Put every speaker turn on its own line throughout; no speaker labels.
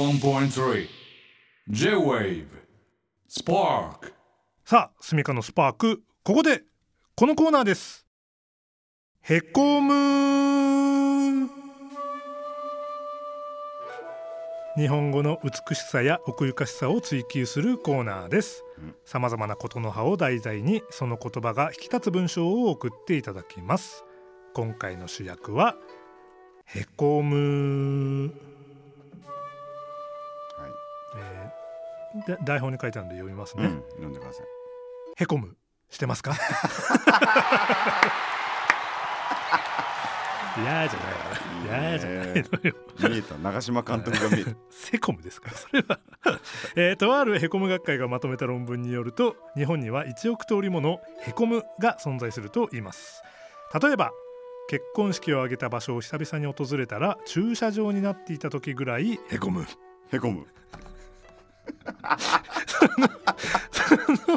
81.3 J-Wave Spark
さあ、スミカのスパーク、ここで、このコーナーです。へこむ。日本語の美しさや奥ゆかしさを追求するコーナーです。さまざまなことの葉を題材に、その言葉が引き立つ文章を送っていただきます。今回の主役は。へこむ。
は
え
い。
ーで台本に書いてあるんで読みますね。
うん、読んでください。
へこむしてます かいやーじゃないわいやーじゃないのよ
見えた、長嶋監督が見えた。
セコムですからそれは えーとあるへこむ学会がまとめた論文によると日本には1億通りものへこむが存在すると言います例えば結婚式を挙げた場所を久々に訪れたら駐車場になっていた時ぐらい へこむ
へこむ。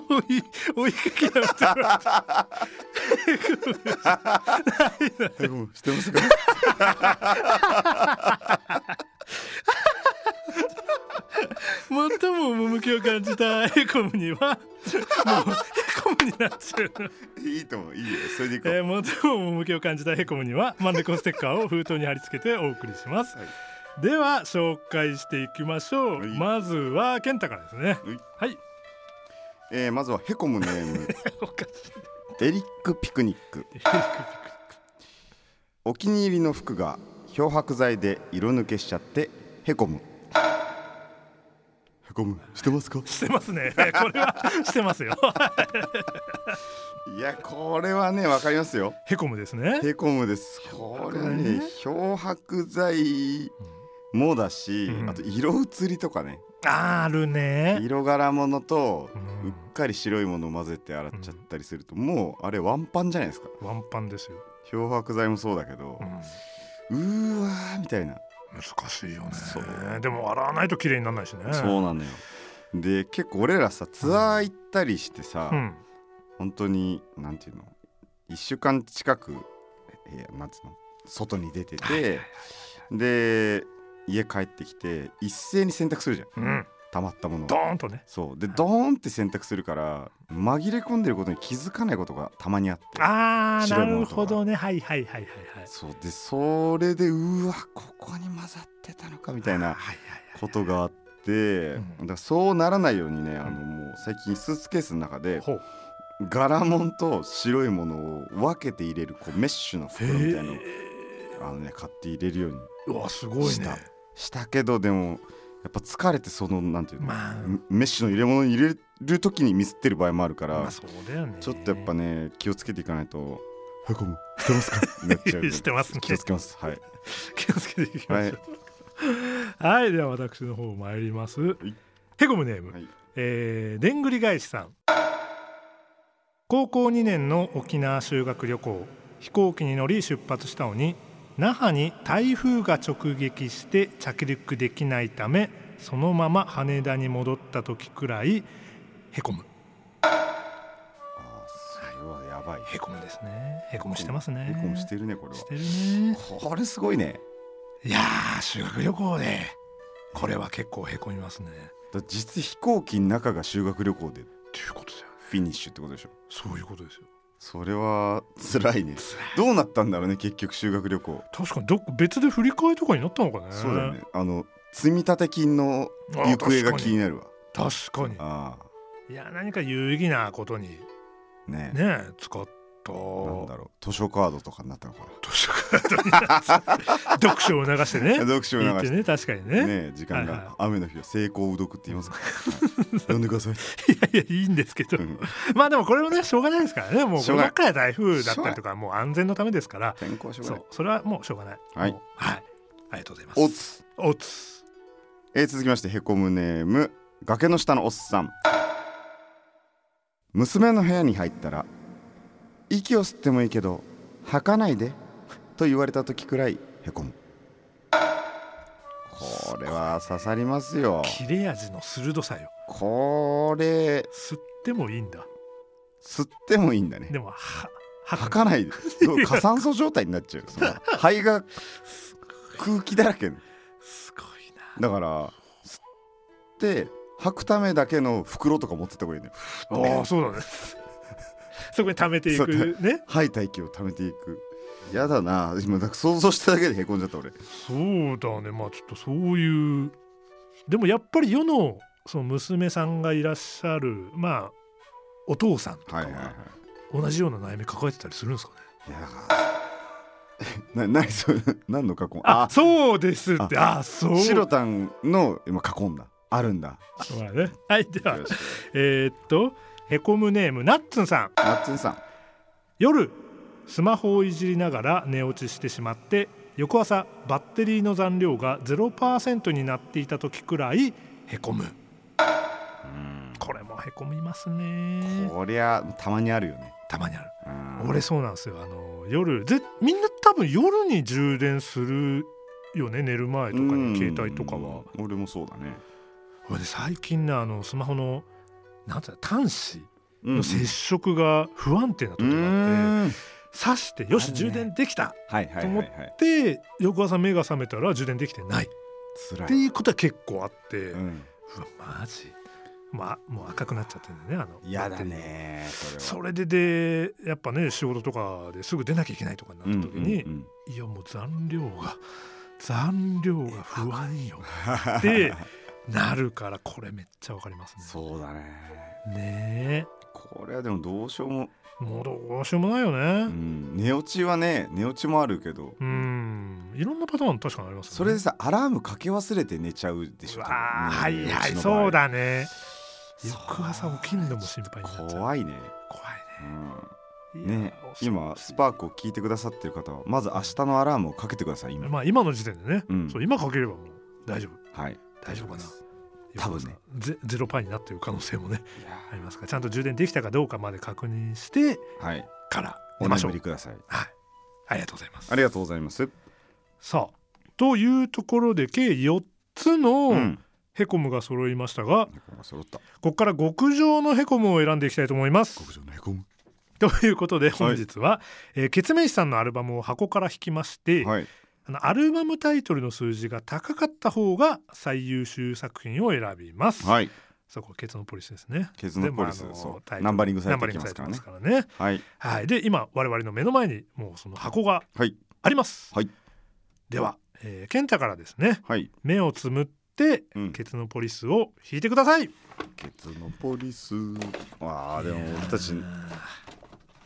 追い 追いかけられてる
へこむ、してますか。
最も趣を感じた へこむにはもうへこむになっちゃう
いいと思う、いいよ、それでいこう。
えー、最も趣を感じたヘコムにはマンレコステッカーを封筒に貼り付けてお送りします、
はい
では紹介していきましょう、
はい
まずは健太からですね
はい
はい
えーまずはへこむネー ム、
おかし
エリックピクニック。
い
お気に入りの服が漂白剤で色抜けしちゃって、へこむ。へこむ、してますか。
してますねこれはしてます よ
いや、これはね、わかりますよ。
ヘコムですね
へこむです。これはね、漂白剤。もだし、
うん
あと色移りとかね
あるね
色柄物と
うん
うっかり白いものを混ぜて洗っちゃったりすると、もうあれワンパンじゃないですか
ワンパンですよ、
漂白剤もそうだけど
う、ん、
うーわーみたいな、
難しいよね
そう
でも洗わないと綺麗にならないしね
そうなのよで結構俺らさツアー行ったりしてさ、
うん
本当になんていうの1週間近く、えーなんていうの外に出ててで家帰ってきて一斉に洗濯するじゃん
うん、
溜まったものを
ドーンとね
そうでドーンって洗濯するから紛れ込んでることに気づかないことがたまにあって
あーな
白いも
る
のとか
ほどねはいはいはいはいはい
そうでそれでうわここに混ざってたのかみたいな
はい
ことがあっ
う
て、
ん
だからそうならないようにねあの
うん
もう最近スーツケースの中で
ほう
柄物と白いものを分けて入れるこうメッシュの袋みたいなのをあのね買って入れるように
うわすごいね
したしたけどでもやっぱ疲れてそのなんていうの、
まあ
メッシュの入れ物に入れる時にミスってる場合もあるから、
まあそうだよね
ちょっとやっぱね気をつけていかないと「へこむしてますか?」 なっちゃうん で
してますね
気をつけますはい
気をつけていきましょうはい、では私の方参ります、
い
ヘコムネーム、
はい
えーでんぐり返しさん高校2年の沖縄修学旅行飛行機に乗り出発したのに那覇に台風が直撃して着陸できないためそのまま羽田に戻った時くらいへこむ
あーそれはやばい
へこむですねへこむしてます
へ
ね
こむしてるねこれ
してるね
はこれすごいね
いやー修学旅行でこれは結構へこみますね。
だ実飛行機の中が修学旅行で
ということだよね。
フィニッシュってことでしょ
そういうことですよ。
それは辛いねどうなったんだろうね結局修学旅行
確かにどっか別で振り替えとかになったのかね。
そうだよねあの積立金の
あー。
行方が気になるわ
確かに。確か
あ
にいや何か有意義なことに
あねえ
ね使った。
なん だろう図書カードとかになったのか
図書館になっちゃった読書を流して
な
ね。
読書を流
いいっ
して
てね確かにね。
ね時間
はいはい
が雨の日は成功うどくって言いますから 読んでください
いやいやいいんですけど、
うん
まあでもこれもねしょうがないですからね。もう
し
こ
ょうが
の
ない
回台風だったりとかもう安全のためですから。
天候しょうが
そ
ないう
それはもうしょうがない。
はい
もうはい。ありがとうございます。
おつ、
おつ。
えー続きましてへこむネーム崖の下のおっさん娘の部屋に入ったら息を吸ってもいいけど吐かないでと言われた時くらいへこむこれは刺さりますよ
切れ味の鋭さよ
これ
吸ってもいいんだ
吸ってもいいんだね
でもは
吐
は
かないでどう過酸素状態になっちゃうよその肺が空気だらけ
すごいな
だから吸って吐くためだけの袋とか持ってった方がいいね
あ あそうだねそこに溜めてい
そ
くね
吐いた息を溜めていくやだな今なんか想像しただけでへこんじゃった俺
そうだねまあちょっとそういうでもやっぱり世のその娘さんがいらっしゃるまあお父さんとか
はいはいは
は同じような悩み抱えてたりするんですかね、
いいやだからな 何それ何の加工
あそうですってあそう
白炭の今囲んだあるんだ
そうだねはいでは
よし
えーっとへこむネームナッツンさん
ナッツンさん
夜スマホをいじりながら寝落ちしてしまって翌朝バッテリーの残量が0%になっていた時くらいへこむこれもへこみますね
こりゃたまにあるよね
たまにある
うん
俺そうなんですよあの夜ぜみんな多分夜に充電するよね寝る前とか
うん
に携帯とかは
俺もそうだね
俺ね最近ねあのスマホのなんていうの端子
うん
の接触が不安定な時
う
があって
ん
挿してよし
あるね
充電できた
はいはいはいはい
で翌朝目が覚めたら充電できてないっ
辛
て
い
いうことは結構あって、う
う
わ
ん
マジまあもう赤くなっちゃってるんだよねあの
嫌だ
バッテリー
ねそ
それ
れ
ででやっぱね仕事とかですぐ出なきゃいけないとかにな
は
った時に、
うんうんうん
いやもう残量が残量が不安よ ってなるからこれめっちゃわかります
そうだね
ねね
これはでもどうしようも、
えもうどうしようもないよ
う
ね
ん、寝落ちはね寝落ちもあるけど
うんいろんなパターン確かにありますよね
それでさアラームかけ忘れて寝ちゃうでし
う
ょ
わ
多
ー
分
はいは
うち
い
の場合
そうだね
そう
翌朝起きるのも心配になっちゃう
怖いね、
怖
う
い
ん、
ね
ね今スパークを聞いてくださってる方はまず明日のアラームをかけてください今、
クまあ今の時点でね、
うん
そう今かければもう大丈夫
はい
大丈夫かな
多分ね
ゼゼロパーになってる可能性もね
いや
ありますからちゃんと充電できたかどうかまで確認して
ーはい
から
お
寝まし
眠
ょう
りください
はいありがとうございます
ありがとうございます
さあというところで計4つ
う
の
ん
ヘコムが揃いましたが、
猫が揃った
ここから極上のヘコムを選んでいきたいと思います
極上のへこむ
ということで本日は、えーケツメイシさんのアルバムを箱から引きまして、
はい
あのアルバムタイトルの数字が高かった方が最優秀作品を選びます。
はい
そこケツのポリスですね。
ケツのポリス
でまああの
そう
タイトル
ナンバリングさ
ナ
れ
ンバ
て
リン
き
グ
ま
され
す
て
から
ま
ね
すからね。
はい
はい。で今我々の目の前にもうその箱が
はい
あります。
はい
では、えー、ケンタからですね
はい
目をつむって、
うん
ケツのポリスを引いてください。
ケツのポリスわあでも俺たち
いやー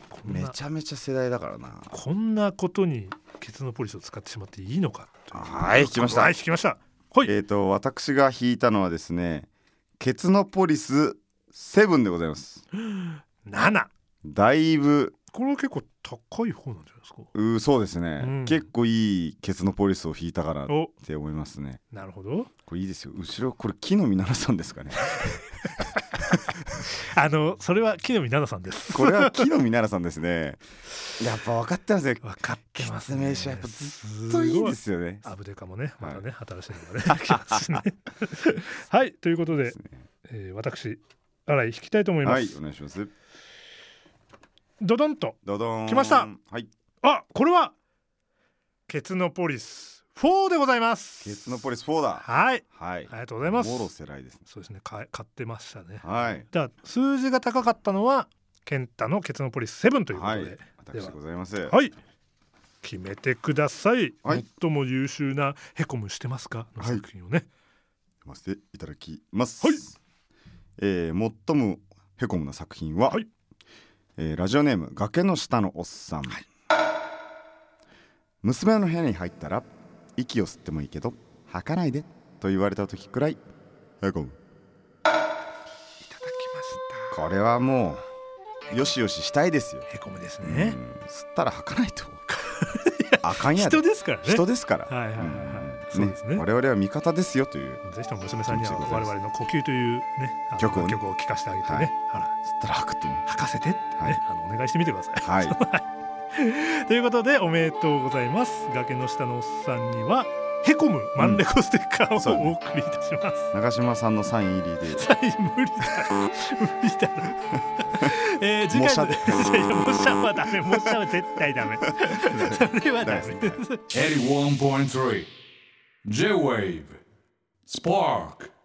こん
め
な
ちゃめちゃ世代だからな
こんなことにケツのポリスを使ってしまっていいのかとう
はい聞きました
はい聞きましたほい、
えっ、と私が引いたのはですねケツのポリスセブンでございます
7
だいぶ
これは結構高い方なんじゃないですか
うーそうですね、
うん
結構いいケツのポリスを引いたかなっ
お
て思いますね
なるほど
これいいですよ後ろこれ木の実奈良さんです かね
あのそれは木の実奈々さんです
これは木の実奈良さんですねやっぱ分かってますね
分かってます
ケツメ
ね
イシはやっぱず
っ
本当いいですよね
アブデカもねまたね、新しいのがね来ます しねはいということで、えー、私新井引きたいと思います、
はいお願いします
ドドンと
ドドーン
来ました
はい
あこれはケツのポリス4でございます
ケツのポリス4だ
はい
はい
ありがとうございます
モロ世代ですね
そうですねか買ってましたね
はい
だから数字が高かったのはケンタのケツのポリス7ということ
は
で、
い私でございます
はい、決めてください、
はい
最も優秀なヘコムしてますかの
はい
作品をね、
読ませていただきます。
はい
えー最もへこむな作品は、
はい
えーラジオネーム崖の下のおっさん、娘の部屋に入ったら息を吸ってもいいけど吐かないでと言われた時くらいへこむ
い、ただきまし
これはもうよしよししたいですよ、
ヘコムです
うん
ね、
吸ったら吐かないと あかんやで
人ですからね
人ですから、
はいはいはいはい
うん
そうですね
我々は味方ですよという吸っ
ぜひとも娘さんには
気持ちでご
我
ざいます
々の呼吸というねあの
曲をね
曲を聴かせてあげてね、あら
たら吐くっていうね
吐かせてってね、
はい
あのお願いしてみてください
はい
という ことでおめでとうございます崖の下のおっさんにはヘコムマンレコステッカー
そうだ
を
ね
お送りいたします、
長嶋さんのサイン入りで
サイン無理だろ無理だろ えー、次回の
模
いや模写はダメ模写は絶対 ダメそれはダメ
ダメです
81.3 J-Wave spark,